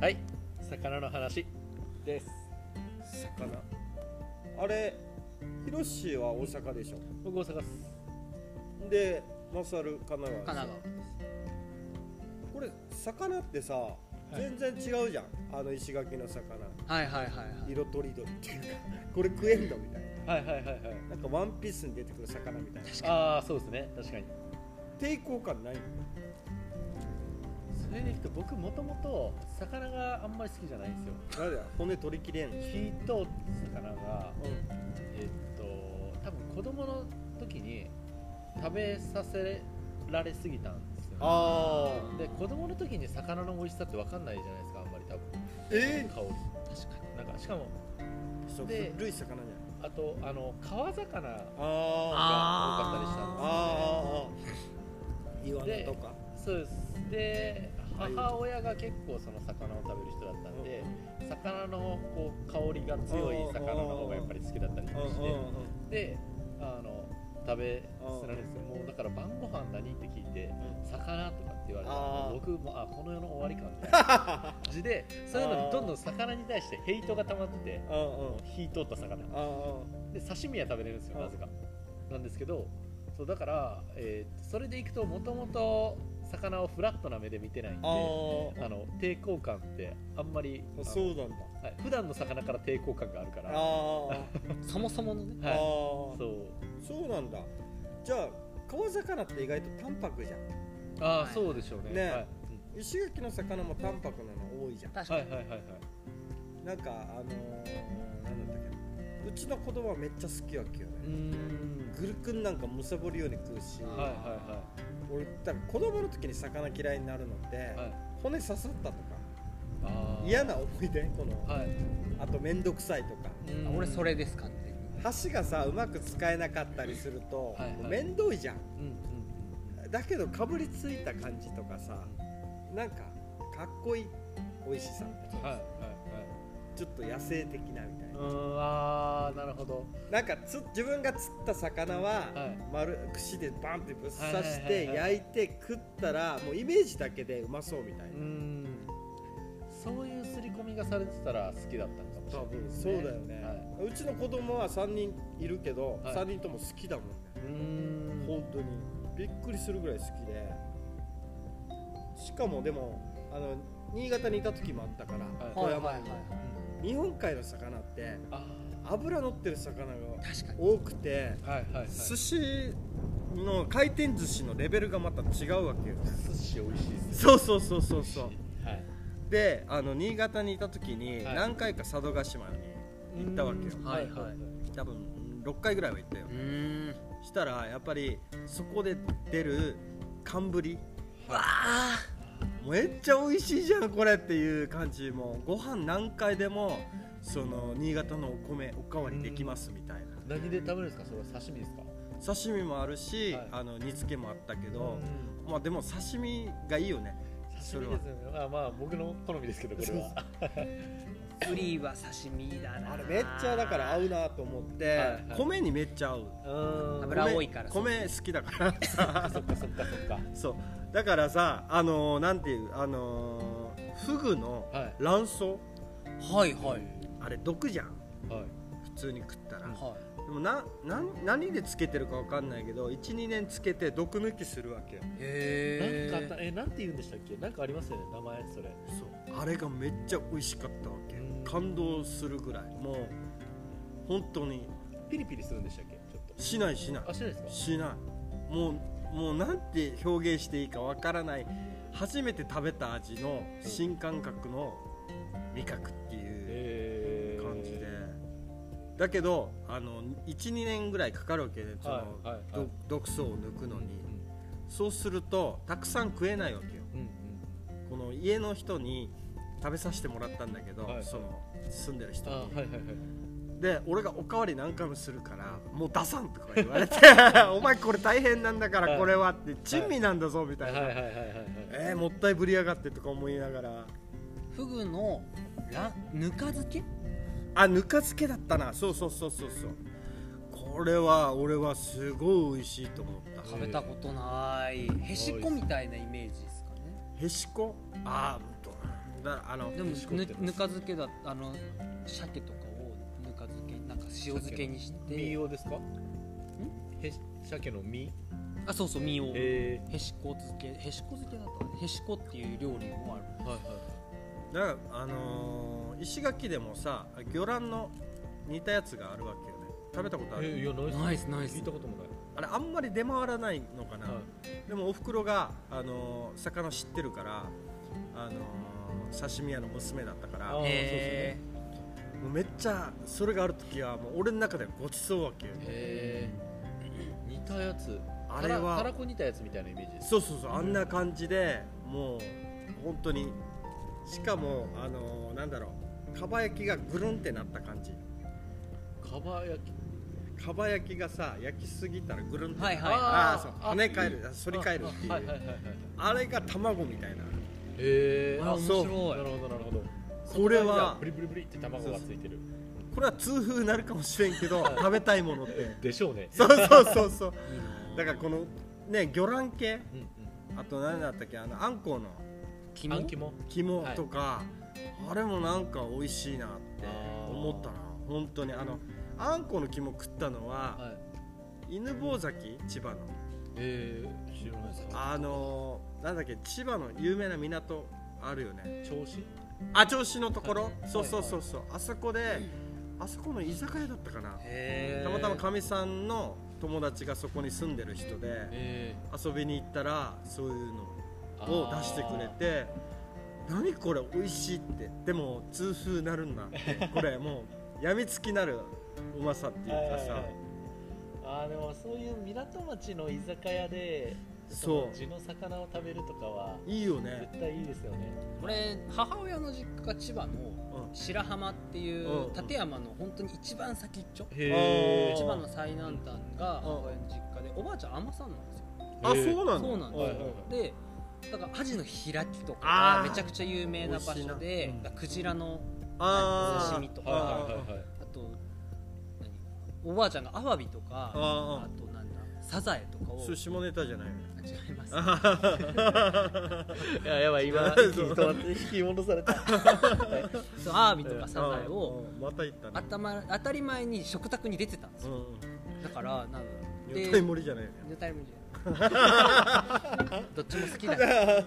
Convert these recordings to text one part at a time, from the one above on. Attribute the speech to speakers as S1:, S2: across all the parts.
S1: はい魚の話です
S2: 魚あれヒロシは大阪でしょ
S1: 僕大阪っす
S2: でマサル神奈
S1: 神
S2: 川
S1: 奈
S2: でし
S1: 川
S2: ょこれ魚ってさ、
S1: い
S2: 全然違うじゃんあの石垣の魚
S1: はいはいはい
S2: 色とりどりっていうかこれ食えんだみた
S1: は
S2: い
S1: いはいはいはいはい
S2: ななんかワンピースに出てくる魚みたいな
S1: ああそうですね確かに
S2: 抵抗感ない
S1: それでいくと僕もともと魚があんまり好きじゃないんですよ
S2: なんだよ骨取りきれん、うん、
S1: 火と魚がえっと多分子供の時に食べさせられすぎたんですよ、ね、
S2: あ
S1: で子供の時に魚の美味しさって分かんないじゃないですかあんまり多分
S2: え
S1: 香り確かになんかしかも
S2: ー、そう
S1: で
S2: 古い魚じゃん
S1: あとあの川魚が
S2: あ
S1: 多
S2: あ
S1: か
S2: あ
S1: った
S2: あーあーあーイワナ
S1: で
S2: とか
S1: りしたんですそうですで
S2: あいう
S1: 母親が結構その魚を食べる人だったんで魚のこう香りが強い魚の方がやっぱり好きだったりと
S2: う
S1: か
S2: んう
S1: し
S2: んう
S1: て
S2: んうん
S1: であの食べさせられるんですよもうだから晩ご飯何って聞いて魚とかって言われたら
S2: あー
S1: 僕もあこの世の終わりかみたいな感じ でそういうのにどんどん魚に対してヘイトが溜まってて
S2: うんうん
S1: 火通った魚
S2: ああ
S1: で刺身は食べれるんですよ
S2: うん
S1: なぜかなんですけどそうだから、えーそれでいくともともと魚をフラットな目で見てないんで
S2: あ
S1: あ
S2: ー
S1: の抵抗感ってあんまりあの
S2: そうなんだ
S1: はい、普段の魚から抵抗感があるか
S2: あ
S1: ら
S2: ー
S1: は
S3: そもそものね
S1: い
S2: あー
S1: そう
S2: そうなんだじゃあ川魚って意外と淡白じゃん
S1: ああ、
S3: はい
S1: そうでしょうね
S2: ね
S1: はい
S2: 石垣の魚も淡白なの多いじゃん
S3: 確
S1: うん
S3: か
S1: はい
S3: に
S1: はいはいはい
S2: なんかあのー、なんだったっけうちの子供はめっちゃ好きやっけよね
S1: うーん
S2: グルクンなんかむさぼるように食うし、
S1: はいは
S2: 俺多分子供の時に魚嫌いになるのって、
S1: いはいはい
S2: 骨刺さったとか
S1: あー
S2: 嫌な思い出この、
S1: はい
S2: あと面倒くさいとか
S3: あ俺それ
S1: で
S3: です完全に
S2: 箸がさうまく使えなかったりすると
S1: はいはい
S2: 面倒いじゃん
S1: うんうん
S2: だけどかぶりついた感じとかさなんかかっこいい美味しさみたいな
S1: はいはいはい
S2: ちょっと野生的なみたいうな
S1: ーんああなるほど
S2: なんかつ自分が釣った魚は、
S1: はい
S2: 丸串でバンってぶっ刺し
S1: はいはい
S2: て
S1: はいは
S2: 焼いて食ったらもうイメージだけでうまそうみたいう
S1: ー
S2: な、
S1: んそういう刷り込みがされてたら好きだったのかもしれな
S2: 多
S1: い
S2: 分
S1: です
S2: そう
S1: ね
S2: だよね、
S1: はいう
S2: ちの子供は3人いるけど、
S1: はい
S2: 3人とも好きだもんね
S1: うーん
S2: 本当にびっくりするぐらい好きでしかもでもあの新潟にいた時もあったから、
S1: はい
S2: 富山に、
S3: はいはいはい
S2: 日本海の魚って
S1: あ
S2: 脂乗ってる魚が
S3: 確かに
S2: 多くて
S1: ーはいはいはい
S2: 寿司の回転寿司のレベルがまた違うわけよ
S1: 寿司美味しいです
S2: そうそうそうそうそう
S1: はい
S2: であの新潟にいた時に
S1: はい
S2: 何回か佐渡島に行ったわけよ
S1: うーん
S3: はいはい
S2: 多分6回ぐらいは行ったよ
S3: うーん
S2: したらやっぱりそこで出る寒ぶり
S3: わあ
S2: めっちゃ美味しいじゃんこれっていう感じもうご飯何回でもその新潟のお米おかわりできますみたいな
S1: 何で食べるんですかそれは刺身ですか
S2: 刺身もあるし、
S1: はい
S2: あの煮付けもあったけ
S1: う
S2: ど、
S1: ん
S2: まあでも刺身がいいよねそ
S1: 刺
S2: れ
S1: 身
S2: は
S1: ですよねまあまあ僕の好みですけどこれは
S3: ブリは刺身だな
S2: あれめっちゃだから合うなと思って、
S1: はいはい
S2: 米にめっちゃ合う
S1: うーん
S3: 油多いから
S2: 米米好きだから さ
S1: そっかそっかそっか
S2: そうだからさあのー、なんていうあのー、フグの
S1: はい
S2: 卵巣
S3: はいはい
S2: あれ毒じゃん
S1: はい
S2: 普通に食ったら、
S3: は
S2: でもなな何でつけてるかわかんないけど12年つけて毒抜きするわけよ
S3: いへ
S1: なんかあった
S3: え
S1: えなんて言うんでしたっけなんかありますよね名前それ
S2: そうあれがめっちゃ美味しかったわけ
S1: うん
S2: 感動するぐらいもう本当に
S1: ピリピリするんでしたっけちょっ
S2: しないしない
S1: とあしないですか
S2: しないもうもうなんて表現していいかわからない初めて食べた味の新感覚の味覚っていう
S1: え
S2: 感じで、だけどあの12年ぐらいかかるわけでその、
S1: はいはいはい
S2: ど毒素を抜くのに、そうするとたくさん食えないわけよ
S1: うんうん
S2: この家の人に食べさせてもらったんだけど、
S1: はい
S2: その住んでる人
S1: あ
S2: に
S1: はいはいはい
S2: で俺がおかわり何回もするからもう出さんとか言わ れてお前これ大変なんだか
S1: は
S2: ら
S1: い
S2: これはって珍味なんだぞみた
S1: はい
S2: い
S1: はい
S2: な、
S1: はいはいはい
S2: えー、もったいぶりやがってとか思いながら
S3: フグのラぬか漬け
S2: あぬか漬けだったなそうそうそうそうそうこれは俺はすごい美味しいと思った
S3: 食べたことないへしこみたいなイメージですかね
S2: へしこああどだあの
S3: でも
S1: しこって
S3: ぬ
S1: ます
S3: ぬか漬けだあの鮭とかをぬか漬けなんか塩漬けにして
S1: 身用ですかへ鮭の身
S3: あそうそう身をへ
S1: え
S3: しこ漬けへしこ漬けだったかなへしこっていう料理もある
S1: ー、はいは
S2: だからあのー石垣でもさ魚卵の似たやつがあるわけよね食べたことあ
S1: い
S2: る、
S1: えいやないっす
S3: ナイスナイス
S1: 聞いたこともない
S2: あれあんまり出回らないのかな、でもおふくろが、あのー魚知ってるから、あのー刺身屋の娘だったから
S1: あー
S2: も
S1: へ
S2: うめっちゃそれがある時はもう俺の中ではごちそうわけよ
S1: えー、似たやつ
S2: あれ
S1: たらたら
S2: は
S1: こ似たやつみたいなイメージです
S2: そうそうそうあんな感じでもう本当にしかも、あのーなんだろうかば焼きがぐるんってなった感じ
S1: かば焼き
S2: かば焼きがさ焼きすぎたらぐるんって、
S3: はいはい
S2: ああ
S1: ー
S2: そう
S1: あ
S2: 跳ね返るあ反り返るっていうあ,、
S1: はいはいはいはいはい
S2: れが卵みたいな
S1: えー、
S3: あ
S1: あ
S3: 面
S2: そう
S1: な
S3: 白
S1: る
S3: い
S1: ほどなるほど
S2: これは
S1: ブリブリブリって卵がついてる
S2: これは痛風になるかもしれんけ ど食べたいものって
S1: でしょうね
S2: そうそうそうそう
S3: いいな
S2: だからこのね魚卵系
S1: うんうん
S2: あと何だったっけあのあんこうの
S3: 肝
S1: あん肝
S2: 肝とか、あれもなんか美味しいなって思ったな本当にあのあんこうの肝食ったのは
S1: はい
S2: 犬吠埼千葉の
S1: えー、知らないです
S2: あのーなんだっけ千葉の有名な港あるよね
S1: 調子
S2: あ銚子のところ、
S1: はい
S2: そうそうそうそう、あそこであそこの居酒屋だったかな
S3: へえ
S2: たまたまかみさんの友達がそこに住んでる人で、
S1: え
S2: 遊びに行ったらそういう
S1: ー、
S2: のを出してくれて何これ美味しいってでも痛風なるんだってこれもうやみつきなるうまさっていうかさ
S1: あーでもそういう港町の居酒屋で
S2: そ
S1: 地の魚を食べるとかは
S2: ういいよね
S1: 絶対いいですよね
S3: 俺母親の実家が千葉の
S2: うん
S3: 白浜ってい
S2: うん
S3: う立山の本当に一番先っちょ
S2: へー
S3: 千葉の最南端が
S2: うん
S3: 母親の実家でおばあちゃん海女さんなんですよ
S2: あそうな
S3: そ
S2: の
S3: うなんです
S1: は
S3: よ
S1: いはいは
S3: でだからアジの開きと
S2: あー
S3: かがめちゃくちゃ有名な場所
S2: 美味しい
S3: で
S2: なうん
S3: だからクジラの
S2: あー
S3: 刺身とか
S1: はい
S2: あ
S1: はい
S2: ー
S1: はいはい
S3: あと何おばあちゃんがアワビとかあ
S2: あー
S3: となんだサザエとかを
S2: それ下ネタじゃないの
S3: あ違います
S2: あははは
S1: いややばい今
S2: そう
S1: 引き止まって引き戻され た
S3: そうアワビとかサザエを
S2: うんまた行ったね
S3: 頭当たり前に食卓に出てたんです
S2: う
S3: よ
S2: ん
S3: だからなんだろう
S2: 女
S3: で
S2: 体盛りじゃないよね
S3: 寝たいもんじゃ ないどっちも好きだからで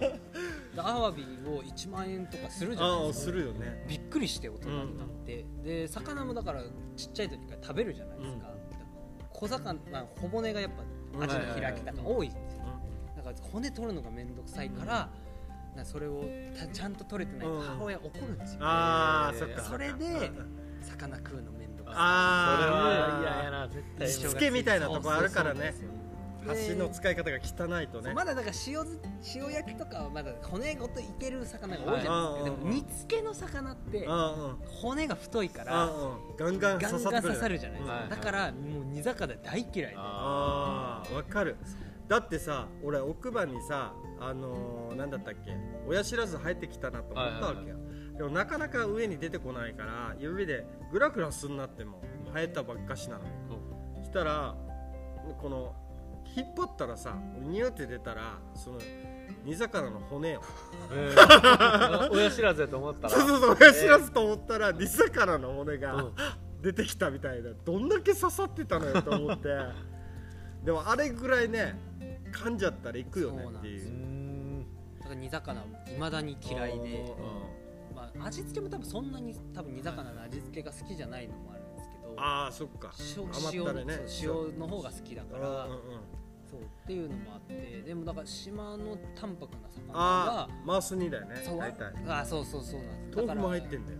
S3: アワビを1万円とかするじゃない
S2: ああ
S3: ですか
S2: するよね
S3: びっくりして大人になって、で魚もだからちっちゃい時から食べるじゃないですか、小魚小骨がやっぱ味の開きだから多いんですよ、だから骨取るのが面倒くさいから、なんかそれをたちゃんと取れてないと母親怒るんですよ、
S2: ああそっかっか
S3: それで魚食うの面倒くさ
S2: ああ
S1: それは嫌やな絶対
S3: い
S2: しつけみたいなとこあるからね
S3: そうそうそう
S2: 箸の使い方が汚いとね
S3: まだだから塩ず塩焼きとかはまだ骨ごといける魚が多いじゃ
S2: は
S3: ないいですか、でも煮付けの魚って
S2: うんうん
S3: 骨が太いから
S2: うんうんガンガン
S3: ガ
S2: 刺
S3: ン
S2: さっ
S3: ガ
S2: て
S3: ン
S2: くる
S3: 刺さるじゃないですか、
S1: はい
S3: だからもう煮魚大嫌いで
S2: あーわかるだってさ俺奥歯にさあのー、なんだったっけ親知らず生えてきたなと思ったわけよ、でもなかなか上に出てこないから指でグラグラすんなっても生えたばっかしなのしたらこの引っ張ったらさニューって出たらその煮魚の骨を
S1: 親知らずやと思ったら
S2: そうそうそう親知らずと思ったら煮魚の骨が、
S1: うん
S2: 出てきたみたいなどんだけ刺さってたのよと思ってでもあれぐらいね噛んじゃったら行くよねっていうう
S1: ーん
S3: だから煮魚いまだに嫌いで、
S2: うん
S3: まあ、味付けも多分そんなに多分煮魚の味付けが好きじゃないのもあるんですけど
S2: ああそっか
S3: 塩
S2: 余ったらね
S3: 塩のそう塩の方が好きだか
S2: う
S3: ら、
S2: んうんうん
S3: そうっていうのもあってでもだから島の淡白な魚
S2: あ
S3: が
S2: あマウス煮だよね
S3: そう
S2: 大体
S3: あそうそうそうなんです
S2: 豆腐も入っ
S3: だ
S2: て
S3: から
S2: んだよ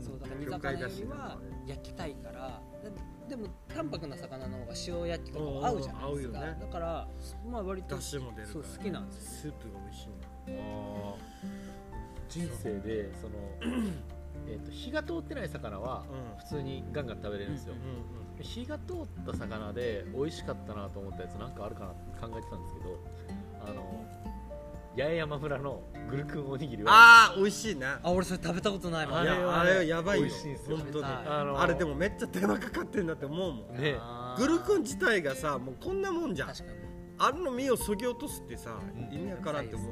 S3: そうだから煮
S2: 魚介
S3: 魚よ
S2: だし
S3: りは焼きたいからででも淡白な魚の方が塩焼きとかも合うじゃ
S2: うんう
S3: ないですか、
S2: ん合うよね
S3: だからまあ割と
S2: だしも出るか
S3: そう
S2: ら
S3: 好きなんです
S2: ス
S3: よ
S2: ープが美味しい
S1: あー人生でその えっと火が通ってない魚は
S2: うん
S1: 普通にガンガン食べれるんですよ
S3: うん
S2: うんうん
S1: 火が通った魚で美味しかったなと思ったやつなんかあるかなって考えてたんですけどあの八重山村のグルクンおにぎりは
S2: ああ美味しいな
S3: あ俺それ食べたことないも
S1: あ
S2: い
S3: ん
S1: れは
S2: やあれはやばいよ
S1: 美味しいんですよ
S2: 本当に
S3: 食べたい
S2: あ
S1: の
S2: あれでもめっちゃ手間かかってんだって思うもん
S1: ね
S3: あー
S2: グルクン自体がさもうこんなもんじゃん
S3: 確かに
S2: あれの身をそぎ落とすってさ、
S1: うん
S2: 意味わからんって思う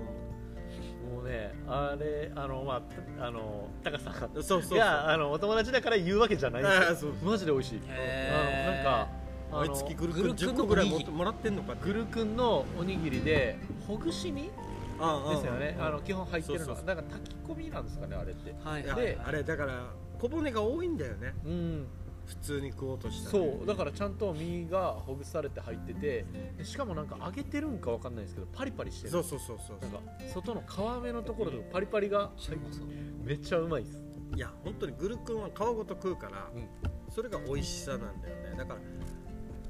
S1: もうねあれあのまああのタカさん
S2: そうそうそ
S1: い
S2: う
S1: やあのお友達だから言うわけじゃないんです
S2: あ
S1: よ
S2: あそう
S1: マジで美味しいあのなんかあ
S2: 毎
S1: の
S2: 月グル
S1: グ
S2: 君
S1: ル
S2: 10
S1: 君
S2: 個
S1: の
S2: ぐらい
S1: お
S2: も
S1: にぎり
S2: もらってんのか
S1: グル君のおにぎりでほぐし身
S2: あ
S1: ですよねあの基本入ってる
S2: そ
S1: の
S2: うそ
S1: は
S2: うそう
S1: なんか炊き込みなんですかねあれって
S3: はい
S2: いや
S3: はいはい
S1: で
S2: あれだから小骨が多いんだよね
S1: うん
S2: 普通に食おうとしたら
S1: そうだからちゃんと身がほぐされて入っててでしかもなんか揚げてるんかわかんないですけどパリパリしてる
S2: そうそうそうそう
S1: なんか外の皮目のところとかパリパリが
S3: そうそう
S1: めっちゃうまいです
S2: いや本当にグル君は皮ごと食うから、
S1: うん
S2: それが美味しさなんだよねだから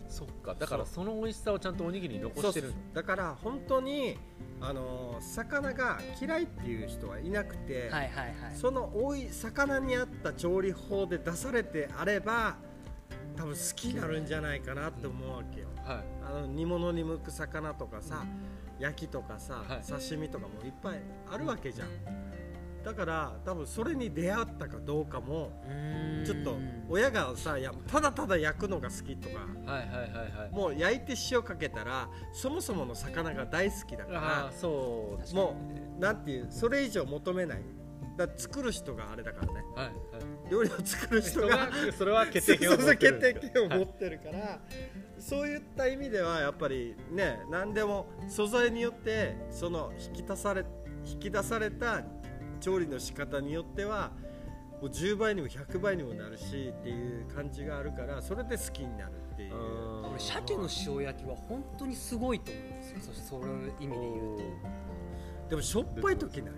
S1: そっかだからその美味しさをちゃんとおにぎりに残
S2: そう
S1: してる
S2: そうだから本当にあのー魚が嫌いっていう人はいなくて、
S3: はいはいはい
S2: その多い魚に合った調理法で出されてあれば多分好きになるんじゃないかなって思うわけよ、
S1: はい
S2: あの煮物に向く魚とかさ、焼きとかさ、
S1: はい
S2: 刺身とかもいっぱいあるわけじゃんだから多分それに出会ったかどうかも
S3: うん
S2: ちょっと親がさいやただただ焼くのが好きとか
S1: はいはいはいはい
S2: もう焼いて塩かけたらそもそもの魚が大好きだ
S1: あ
S2: か
S1: あそう
S2: らもうなんていうそれ以上求めないだから作る人があれだからね
S1: はいはい
S2: 料理を作る人
S1: 人が
S2: が
S1: それは決定権を
S2: そうそう
S1: 持ってる
S2: 決定権を持ってるから、そういった意味ではやっぱりね何でも素材によってその引き出され引き出された調理の仕方によってはもう10倍にも100倍にもなるしっていう感じがあるからそれで好きになるっていう。
S1: うん
S3: 俺鮭の塩焼きは本当にすごいと思うんですよそその意味で言うと
S2: でもしょっぱい時ない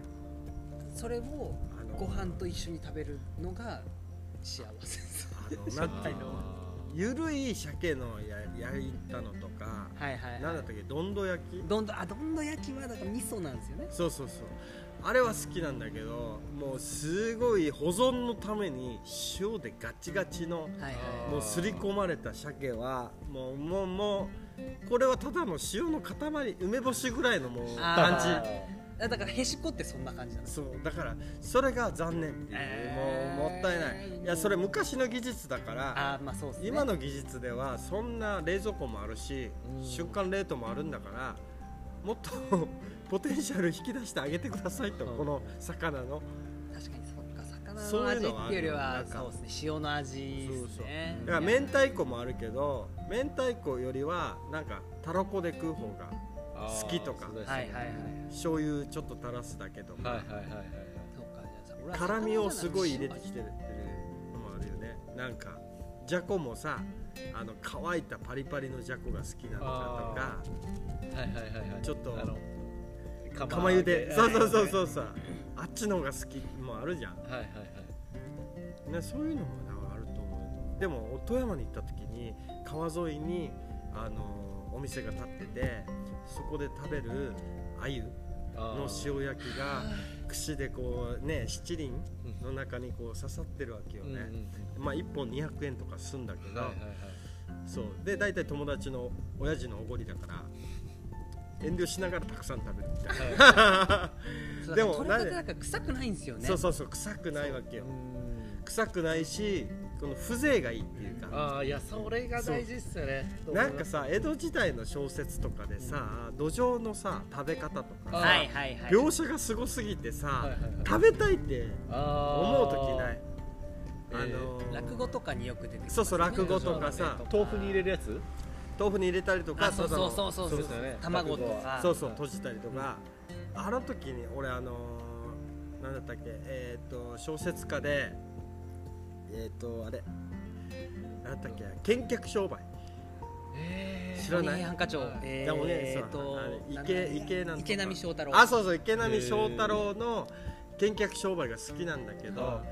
S3: それを
S2: あの
S3: ご飯と一緒に食べるのが幸せです
S2: あのなんていうのゆるい鮭のや焼いたのとか、
S3: はいはい
S2: なんだったっけどんど焼き
S3: どんどんあどんどん焼きはだから味噌なんですよね
S2: そうそうそうあれは好きなんだけどもうすごい保存のために塩でガチガチの
S3: はい
S1: あ
S2: もうすり込まれた鮭はもうもうもうこれはただの塩の塊梅干しぐらいのもう
S3: あ
S2: 感
S3: ー
S2: じ
S3: はいだからへしこってそんな感じなんです
S2: そうだからそれが残念っていう、
S3: えー
S2: もうもったいないいやそれ昔の技術だから
S3: ああまあそうですね
S2: 今の技術ではそんな冷蔵庫もあるし
S1: うん
S2: 出荷冷凍もあるんだからもっと ポテンシャル引き出してあげてくださいと
S1: うん
S2: この魚の
S3: 確かにそっか
S2: そ
S3: 魚の
S2: ういう
S3: 味
S2: のは
S3: っていうよ
S2: ある
S3: り
S2: よな
S3: は
S2: んか
S3: そうですね塩の味ですね
S2: だから明太子もあるけど明太子よりはなんかたらこで食う方が
S1: あー
S2: 好きとか
S1: そうですね
S3: はいはいはい
S2: 醤油ちょっと垂らすだけと
S1: はいは
S2: か
S1: いはいはいはい
S3: そっかじゃあ俺は
S2: 辛みをすごい入れてきて
S3: る
S2: るのもあるよねなんかじゃこもさあの乾いたパリパリのじゃこが好きなのかとか
S1: はいはいはいはい
S2: ちょっと
S1: あの
S2: 釜茹でそうそうそうそううそうあっちの方が好きもあるじゃん
S1: はいはいはい
S2: ね、そういうのもなんかあると思うでも富山に行った時に川沿いに、あのお店が建っててそこで食べる鮎
S1: あー
S2: の塩焼きが串でこうね七輪の中にこう刺さってるわけよ
S1: うんうん
S2: ね、まあ1本200円とかすんだけ
S1: うん
S2: ど、
S1: はいはい
S2: そうで大体友達の親父のおごりだから遠慮しながらたくさん食べるみたい
S1: はいはい
S2: な、で
S3: で
S2: も
S3: も取れたてだから臭くないんですよね
S2: そうそうそう臭くないわけよ
S1: うん
S2: 臭くないしこの風情がいいっていうか
S1: ああいやそれが大事っすよね
S2: なんかさ江戸時代の小説とかでさ、土壌のさ食べ方とかさ、
S1: あ
S3: はいはいはい
S2: 描写がすごすぎてさ、
S1: はいはいはい
S2: 食べたいって思
S1: 思
S2: う時ない
S1: あ
S2: あ
S1: ー
S2: のー
S3: 落語とかによく出てくる
S2: そうそう落語とかさ
S1: 豆腐に入れるやつ
S2: 豆腐に入れたりとか
S3: あそうそうそうそうそう
S1: そうですよね
S3: 卵とか
S2: そうそう閉じたりとか、あの時に俺あのーなんだったっけえーっ、と小説家でえーっ、とあれなんだったっけ見客商売
S1: え
S2: 知らない
S3: ハニーハンカチョウえ
S2: でもね
S3: ー
S2: そう
S3: っと
S2: あれ
S3: なんだっ
S2: 池
S3: け
S2: 池なんとか
S3: 池波正太郎
S2: あそうそう池波正太郎の見客商売が好きなんだけど、
S1: は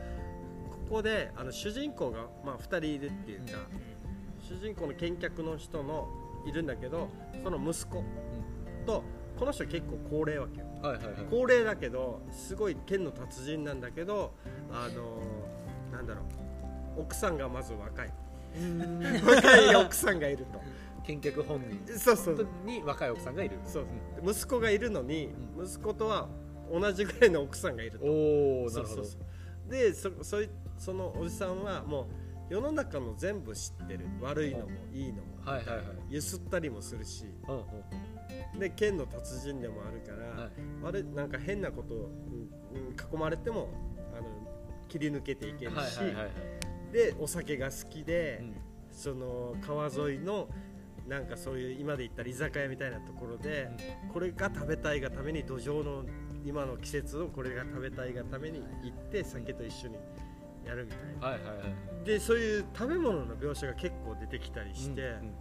S2: ここであの主人公が、まあ、2人いるっていうか、主人公の見客の人のいるんだけどその息子と、この人結構高齢わけよ
S1: ーはいはいはい
S2: 高齢だけどすごい剣の達人なんだけどあのーなんだろう奥さんがまず若い若い奥さんがいる
S1: 見客本人
S2: とそうそう
S1: に若い奥さんがいる
S2: そう息子がいるのに、息子とは同じぐらいの奥さんがいると
S1: おおな
S2: そ
S1: る
S2: う
S1: ほ
S2: そ
S1: ど
S2: うそうでそそいそのおじさんはもう世の中の全部知ってる悪いのもいいのも
S1: はいはいはい
S2: ゆすったりもするし
S1: うんうん
S2: で剣の達人でもあるから、
S1: はい
S2: あれなんか変なことを、うんうん囲まれてもあの切り抜けていけるし、
S1: はいはいはい
S2: でお酒が好きで、
S1: うん
S2: その川沿いのなんかそういう今で言ったら居酒屋みたいなところで、これが食べたいがために土壌の今の季節をこれが食べたいがために行って酒と一緒にやるみたいな、
S1: はいはいはいはい
S2: でそういう食べ物の描写が結構出てきたりして、
S1: うんうん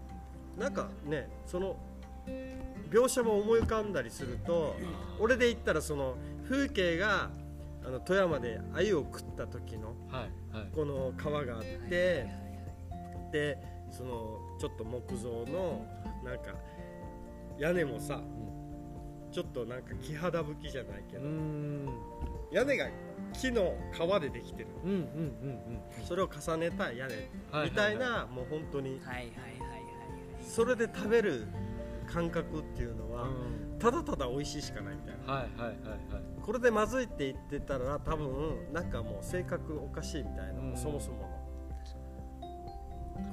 S2: なんかねその描写も思い浮かんだりすると俺で言ったらその風景があの富山で鮎を食った時の
S1: はいはい
S2: この川があってでそのちょっと木造のなんか屋根もさちょっとなんか木肌吹きじゃないけ
S1: う
S2: ど
S1: ーん
S2: 屋根が木の皮でできてる
S1: うんうんうん
S2: それを重ねた屋根
S1: うん
S2: みたい
S1: は
S2: なもう本当に
S3: はいはいはい
S2: それで食べる感覚っていうの
S1: いは
S2: はい
S1: うん
S2: ただただ美味しいしかないみたいな
S1: はいはいはいはい
S2: これでまずいって言ってたら多分なんかもう性格おかしいみたいな、
S1: うん
S2: そもそもの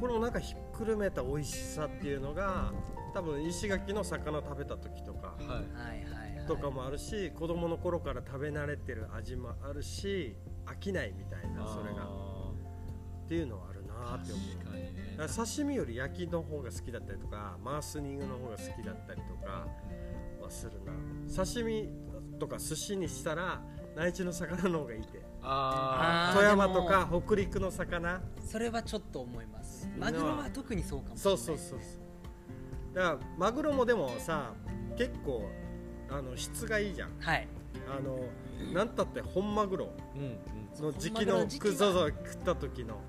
S2: これもなんかひっくるめた美味しさっていうのが多分石垣の魚食べた時とか
S1: はい
S3: はいはいはい
S2: とかもあるし子供の頃から食べ慣れてる味もあるし飽きないみたいなそれがっていうのはあるなって思う
S1: 確かにね
S2: だから刺身より焼きの方が好きだったりとかマースニングの方が好きだったりとかはするな刺身とか寿司にしたら内地の魚の方がいいって
S1: あ
S3: あー
S2: 富山とか北陸の魚
S3: それはちょっと思いますマグロは特にそうかもし
S2: そう
S3: れない
S2: そうそうそうだからマグロもでもさ結構あの質がいいじゃん
S3: はい
S2: あのなんたって本マグロ
S1: ーうんうん
S2: の時期
S3: 本マグロ
S2: の
S3: の時期は
S2: くぞぞ食った時の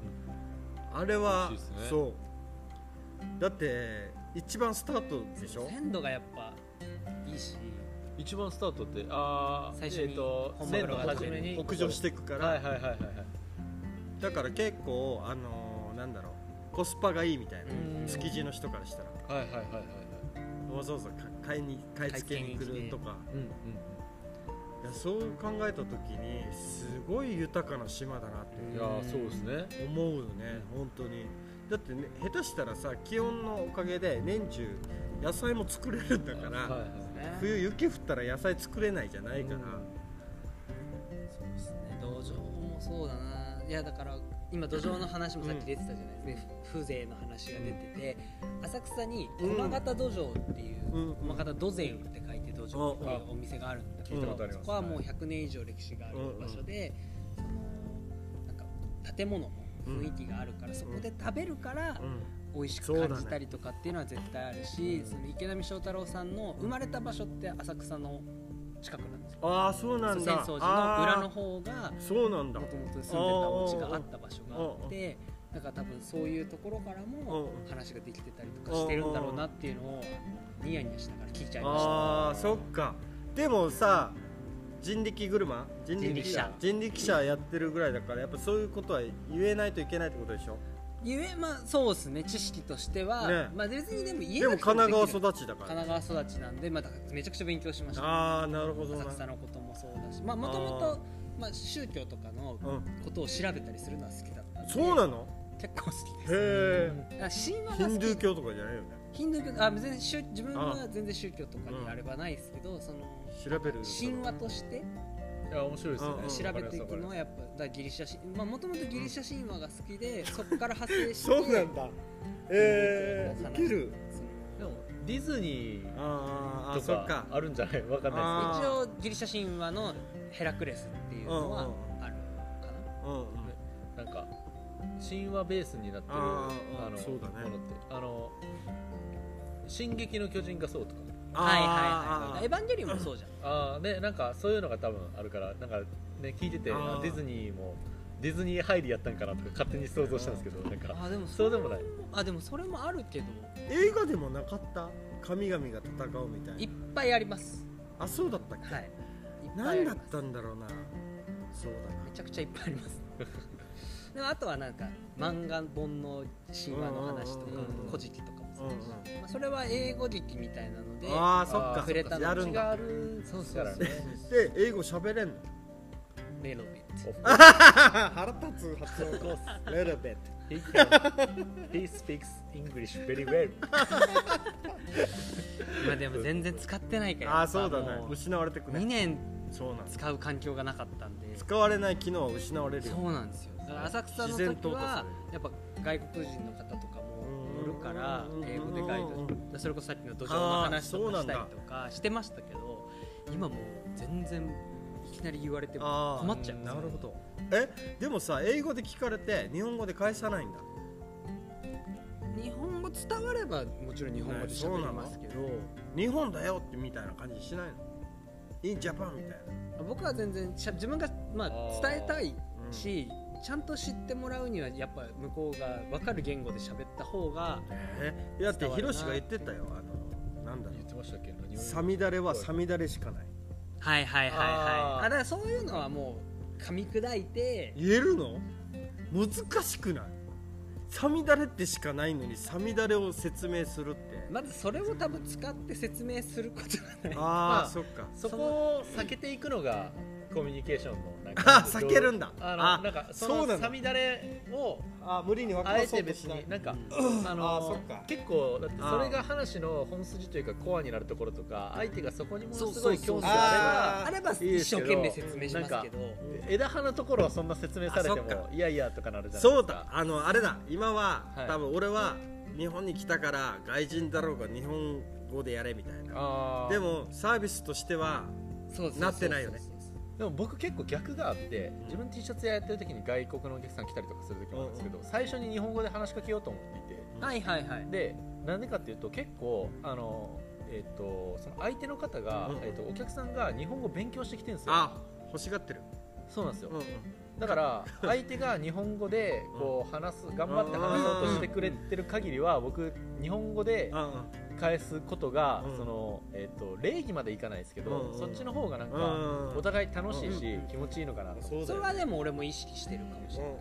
S2: あれは
S1: 美味しいですね
S2: そうだって一番スタートでしょ
S3: 鮮度がやっぱいいし
S1: 一番スタートってああ
S3: 最初に
S1: えーと
S3: 本マグロが
S1: 線の初めに
S2: 北上していくから、
S1: はいはいはいはいはい
S2: だから結構あのーなんだろうコスパがいいみたいな
S3: うん
S2: 築地の人からしたら
S1: はいはいはいはいはい
S2: わざわざ買いに買い付けに来るとか
S1: うんうん
S2: いやそう考えた時にすごい豊かな島だな
S1: う
S2: っ
S1: ん
S2: て
S1: いやーそうですね
S2: 思うよね本当にだってね下手したらさ気温のおかげで年中野菜も作れるんだか
S1: はいは
S2: ら
S1: い
S2: 冬雪降ったら野菜作れないじゃないから、
S3: そうですね土壌もそうだないやだから今土壌の話もさっき出てたじゃないですか、風情の話が出てて浅草に駒形土壌っていう、
S2: うん
S3: 駒形土膳って書いて土壌っていうお店があるんだけ
S2: うん聞いた
S3: ど、
S2: こと
S1: あります
S3: そこはもう100年以上歴史がある場所で、そのなんか建物も雰囲気があるから、そこで食べるから
S2: うん
S3: 美味しく感じたりとかっていうのは絶対あるし、その池波正太郎さんの生まれた場所って浅草の近くなんですよ
S2: ああそうなん
S3: 浅
S2: だ
S3: 草寺の
S2: あ
S3: 裏
S2: ー
S3: の方が
S2: そうなんだ
S3: もともと住んでたお家があった場所があってだから多分そういうところからも
S2: うん
S3: 話ができてたりとかしてるんだろうなっていうのをニヤニヤしながら聞いちゃいました。
S2: あーそっかでもさ人力車人
S3: 人力車
S2: 人力車やってるぐらいだからやっぱそういうことは言えないといけないってことでしょ
S3: ゆえまあそうですね知識としては、
S2: ね
S3: まあ別にでも家
S2: でも神奈川
S3: 川育
S2: 育ちだ
S3: ち
S2: か
S3: 神
S2: ら
S3: 奈川育ちなんでまあだからめちゃくちゃ勉強しました
S2: ああなるほどな
S3: 浅草のこともそうだしまあもともとまあ宗教とかの
S2: うん
S3: ことを調べたりするのは好きだったんで
S2: そうなの
S3: 結構好きです
S2: へ
S3: あ神話
S2: え
S3: が
S2: ヒ
S3: 好
S2: ン
S3: き
S2: ドゥー教とかじゃないよね
S3: ヒンドゥー教あ全然宗自分
S2: あ
S3: は全然宗教とかにあればないですけど、その
S2: 調べる
S3: 神話として
S1: いや面白いですね
S2: うん
S3: 調べていくのはやっぱだからギリシャ神まあもともとギリシャ神話が好きで、そこから派生 して
S2: そうなんだええ
S3: そう
S2: ウ
S3: 話
S2: ケる
S3: その
S1: でもディズニー
S2: あーあー
S1: と
S2: そっか
S1: かあるんじゃないわかんない
S2: あー
S3: 一応ギリシャ神話のヘラクレスっていうのは
S2: うん
S3: あるか
S2: うん
S1: ですけどなんか神話ベースになってる
S2: あー
S1: の
S2: そうだね
S1: ものってあの「進撃の巨人」がそうとか
S3: なはいはいはいエ
S2: い
S3: ヴァンゲリオンもそうじゃん
S1: ああねなんかそういうのが多分あるからなんかね聞いてて
S2: あー
S1: あディズニーもディズニー入りやったんかなとか勝手に想像したんですけどなんか
S3: あでも
S1: そうでもない
S3: あでもそれもあるけど
S2: 映画でもなかった神々が戦うみたい
S3: い
S2: な
S3: っぱいあります
S2: あそうだったっけ
S3: はいいっぱいあ
S2: 何
S3: り
S2: だ
S3: ま
S2: っ
S3: す
S2: たんだろうなそうだな
S3: めちゃくちゃいっぱいあります でもあとはなんか漫画本の神話の話とか
S2: うんうんうんうん
S3: 古事記とかもそうう、
S2: ん
S3: まあ、それは英語劇みたいなので
S2: うん、ああそっ
S1: あー
S2: か
S3: 触れたの
S2: やるんだ
S1: 違う
S3: そう
S1: か
S3: そう
S1: ら
S3: そう
S1: ね
S2: で英語喋 れんの
S3: little bit
S2: 腹立つ発音コースレルベット
S4: He, can- he speaks English very well.
S3: まあでも全然使ってないから
S2: ああそうだね
S3: もう
S2: 失われてく
S3: 2
S2: ね
S3: 年
S2: そうなんです
S3: 使う環境がなかったんで
S2: 使われない機能は失われるよ
S3: そうなんですよだから浅草の
S2: 自然
S3: 時
S2: 淘汰
S3: は
S2: す
S3: やっぱ外国人の方とかも乗るから
S2: うん
S3: 英語でガイ
S2: うん
S3: ドそれこそさっきの土壌の話とかしたり
S2: あー
S3: とかしてましたけど今もう全然いきなり言われても
S2: あー
S3: 困っちゃうんです
S2: な
S3: よ
S2: るほどえでもさ英語で聞かれて日本語で返さないんだ
S3: 日本語伝わればもちろん日本語で喋りますけど
S2: 日本だよってみたいな感じしないのインジャパンみたい
S3: 僕は全然しゃ自分がまあ
S4: あー
S3: 伝えたい
S2: な、うん
S3: しちゃんと知ってもらうにはやっぱ向こうが分かる言語で喋った方が
S2: えだってヒロシが言ってたよあのなんだろ
S1: 言ってましたっけ何
S2: う
S1: を
S2: さみだれはさみだれしかない
S3: はいはいはいはい
S1: あ
S3: あ
S1: ー
S3: だからそういうのはもう噛み砕いて
S2: 言えるの難しくないさみだれってしかないのにさみだれを説明するって、
S3: まずそれを多分使って説明することがない
S2: あ
S4: ま
S2: あ
S4: あ
S2: そっか
S4: そこを避けていくのがコミュニケーションのなん
S2: あ
S4: か
S2: 避けるんだ
S4: あ
S2: あ
S4: のなんかそ
S2: そう
S4: の
S2: なの
S4: さみだれを
S2: あ無理に分
S4: あえて別になんかあ
S2: あそ
S4: の
S2: っか
S4: 結構だってそれが話の本筋というかコアになるところとか相手がそこにものすごい興味
S2: そうそうそう
S4: があ
S3: あれば一生懸命説明しますけど
S4: れば枝葉のところはそんな説明されても
S2: あそっか
S4: いやいやとかなるじゃないですか
S2: そうだあのあれだ今は、
S4: はい
S2: 多分俺は日本に来たから外人だろうが日本語でやれみたいな
S1: あー
S2: でもサービスとしては
S3: そうそうそうそう
S2: なってないよね
S1: でも僕結構逆があって自分 T シャツ屋やってる時に外国のお客さん来たりとかする時もあるんですけど最初に日本語で話しかけようと思っていて
S3: はいはいはい
S1: でなんでかっていうと結構あのえっ、とその相手の方が
S2: うん、
S1: えっとお客さんが日本語勉強してきてるんですよ
S2: あ欲しがってる、
S1: そうなんですよ
S2: うんうん
S1: だから相手が日本語でこう話す頑張って話そうとしてくれてる限りは僕日本語で
S2: うんうん
S1: 返すことが
S2: うん
S1: そのえっ、と礼儀までいかないですけ
S2: うん
S1: ど
S2: うん
S1: そっちの方がなん
S2: うん
S1: か
S2: うん
S1: お互い楽しいし
S2: うん
S1: 気持ちいいのかなと
S2: そう
S3: そ
S2: だ
S3: れ
S2: よ
S3: はでも俺も意識してるかもし
S2: う
S3: れ
S2: ん
S3: な
S2: う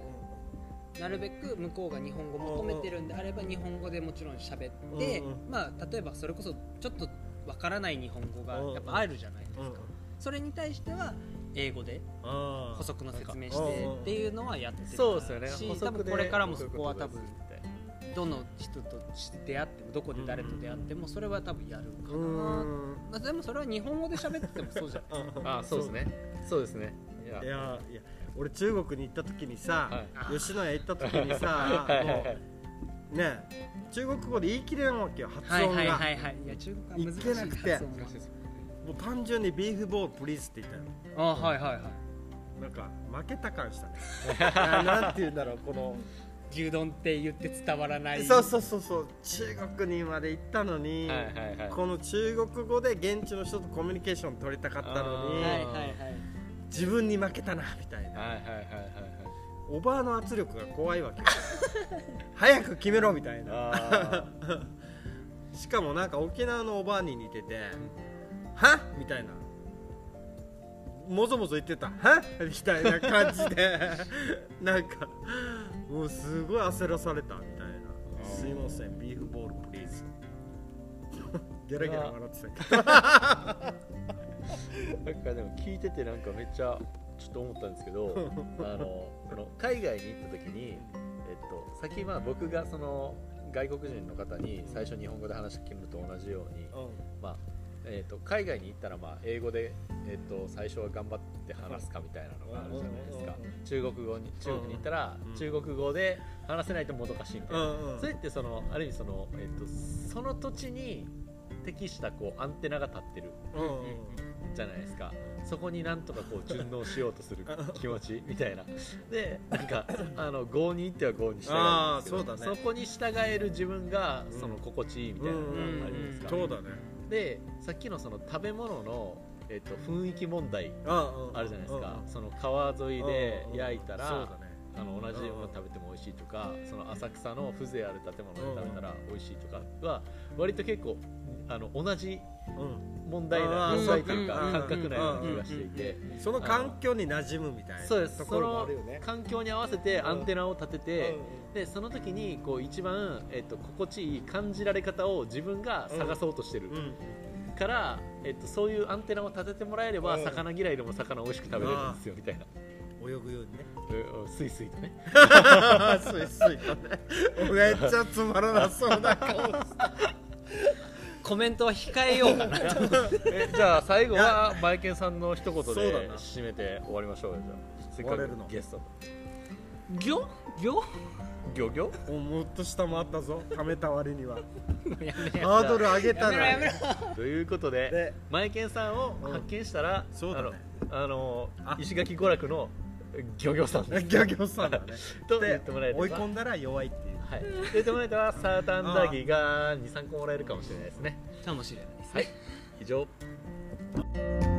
S3: い
S2: ん
S3: なるべく向こうが日本語求めてるんであれば日本語でもちろん喋って
S2: うんう
S3: まあ例えばそれこそちょっとわからない日本語がやっぱあるじゃないです
S2: うんう
S3: か
S2: ん
S3: それに対しては英語で
S2: あ
S3: 補足の説明
S2: う
S3: し
S2: ん
S3: て
S2: うん
S3: っていうのはやってる
S1: そうですよね
S3: し
S1: 補
S3: 多
S1: 足
S3: 分
S1: で
S3: これからもそこは多
S1: こう
S3: 分
S1: いうことですみ
S3: どの人と出会ってもどこで誰と出会ってもそれは多分やるか
S2: ーう
S3: な、
S2: ん
S3: まあ、でもそれは日本語で喋ってても そうじゃない
S2: うん
S1: あそうですねそうですねいや
S2: いやいや俺中国に行った時にさ、
S3: はい
S2: 吉野家行った時にさ
S1: はい
S2: もうね中国語で言い切れないわけよ発音が、
S3: はいはいはいはいいや中国は難しい
S2: いけなくて
S3: 発音は
S2: もう単純にビーフボールプリーズって言ったよ
S3: あはいはいはい
S2: なんか負けた 感したねななんて言うんだろうこの
S3: 牛丼って言って伝わらない
S2: そうそうそうそう中国にまで行ったのに、
S1: はいはいはい
S2: この中国語で現地の人とコミュニケーション取りたかったの
S3: は
S2: に
S3: い
S1: あー
S3: はいはい
S2: 自分に負けたなみたいな
S1: はいはいはいはいはい
S2: おばあの圧力が怖いわ けよ早く決めろみたいな
S1: あ
S2: しかもなんか沖縄のおばあに似てて「はみたいなもぞもぞ言ってた「はみたいな感じで なんかもうすごい焦らされたみたいな「すいませんビーフボールプリーズ」ゲラゲラ笑ってたけど
S1: ーなんかでも聞いててなんかめっちゃちょっと思ったんですけ どあのその海外に行った時に、えっと、先まあ僕がその外国人の方に最初日本語で話しかけるのと同じように、まあえっと、海外に行ったらまあ英語で、えっと、最初は頑張って話すかみたいなのがあるじゃないですか
S2: うんうんうん
S1: 中国語に中国に行ったら
S2: うん
S1: 中国語で話せないともどかしいみたいな。
S2: うんうん
S1: それってそのある意味その、えっと、その土地に適したこうアンテナが立ってる
S2: うん
S1: じゃないですかそこになんとかこう順応しようとす る気持ちみたいなでなんかあの郷に行っては郷に従うんですけど
S2: あーそうだね
S1: こに従える自分がその
S2: うん
S1: 心地いいみたいなのがあるじゃないですか、
S2: そうだね
S1: でさっきのその食べ物の、えっと、雰囲気問題あるじゃないですか、その川沿いで焼いたら、
S2: そうだね
S1: あの同じもの食べても美味しいとか、その浅草の風情ある建物で食べたら美味しいとかは割と結構あの同じ
S2: うん
S1: 問題な
S2: あー
S1: 問題というか
S2: そうか
S1: 感覚ないような気がしていて
S2: その環境に馴染むみたいな
S1: そうです
S2: とこ
S1: そ
S2: ろもあ
S1: の
S2: るよね
S1: 環境に合わせてアンテナを立ててでその時にこう一番、えっと、心地いい感じられ方を自分が探そうとしてる
S2: うん
S1: から、えっと、そういうアンテナを立ててもらえれば
S2: うん
S1: 魚嫌いでも魚を美味しく食べれるんですよみたいな
S2: 美泳ぐようにね
S1: うんスイスイとね
S2: スイスイとねめっちゃつまらなそうな顔して
S3: コメントは控えようかな
S1: えじゃあ最後はマイケンさんの一言で
S2: そうだな
S1: 締めて終わりましょうよじゃあせっか
S2: 終われるの
S1: くゲスト
S3: ギョギョ
S1: ギョギ ョ
S2: おもっと下回ったぞためた割には
S3: やめろ
S2: ハードル上げた
S3: やめろ
S2: な
S3: やめろ
S1: ということで
S2: で
S1: マイケンさんを
S2: うん
S1: 発見したら、
S2: そうだね
S1: あのあの
S2: あ
S1: 石垣娯楽のギョギョさんです
S2: ギョギョさんだね
S1: と言っ
S2: で
S1: てもらえれば
S2: 追い込んだら弱いっていう
S1: はい、言ってもらえたらサーターアンダーギーが23個もらえるかもしれないですね
S3: かもしれないですね
S1: はい以上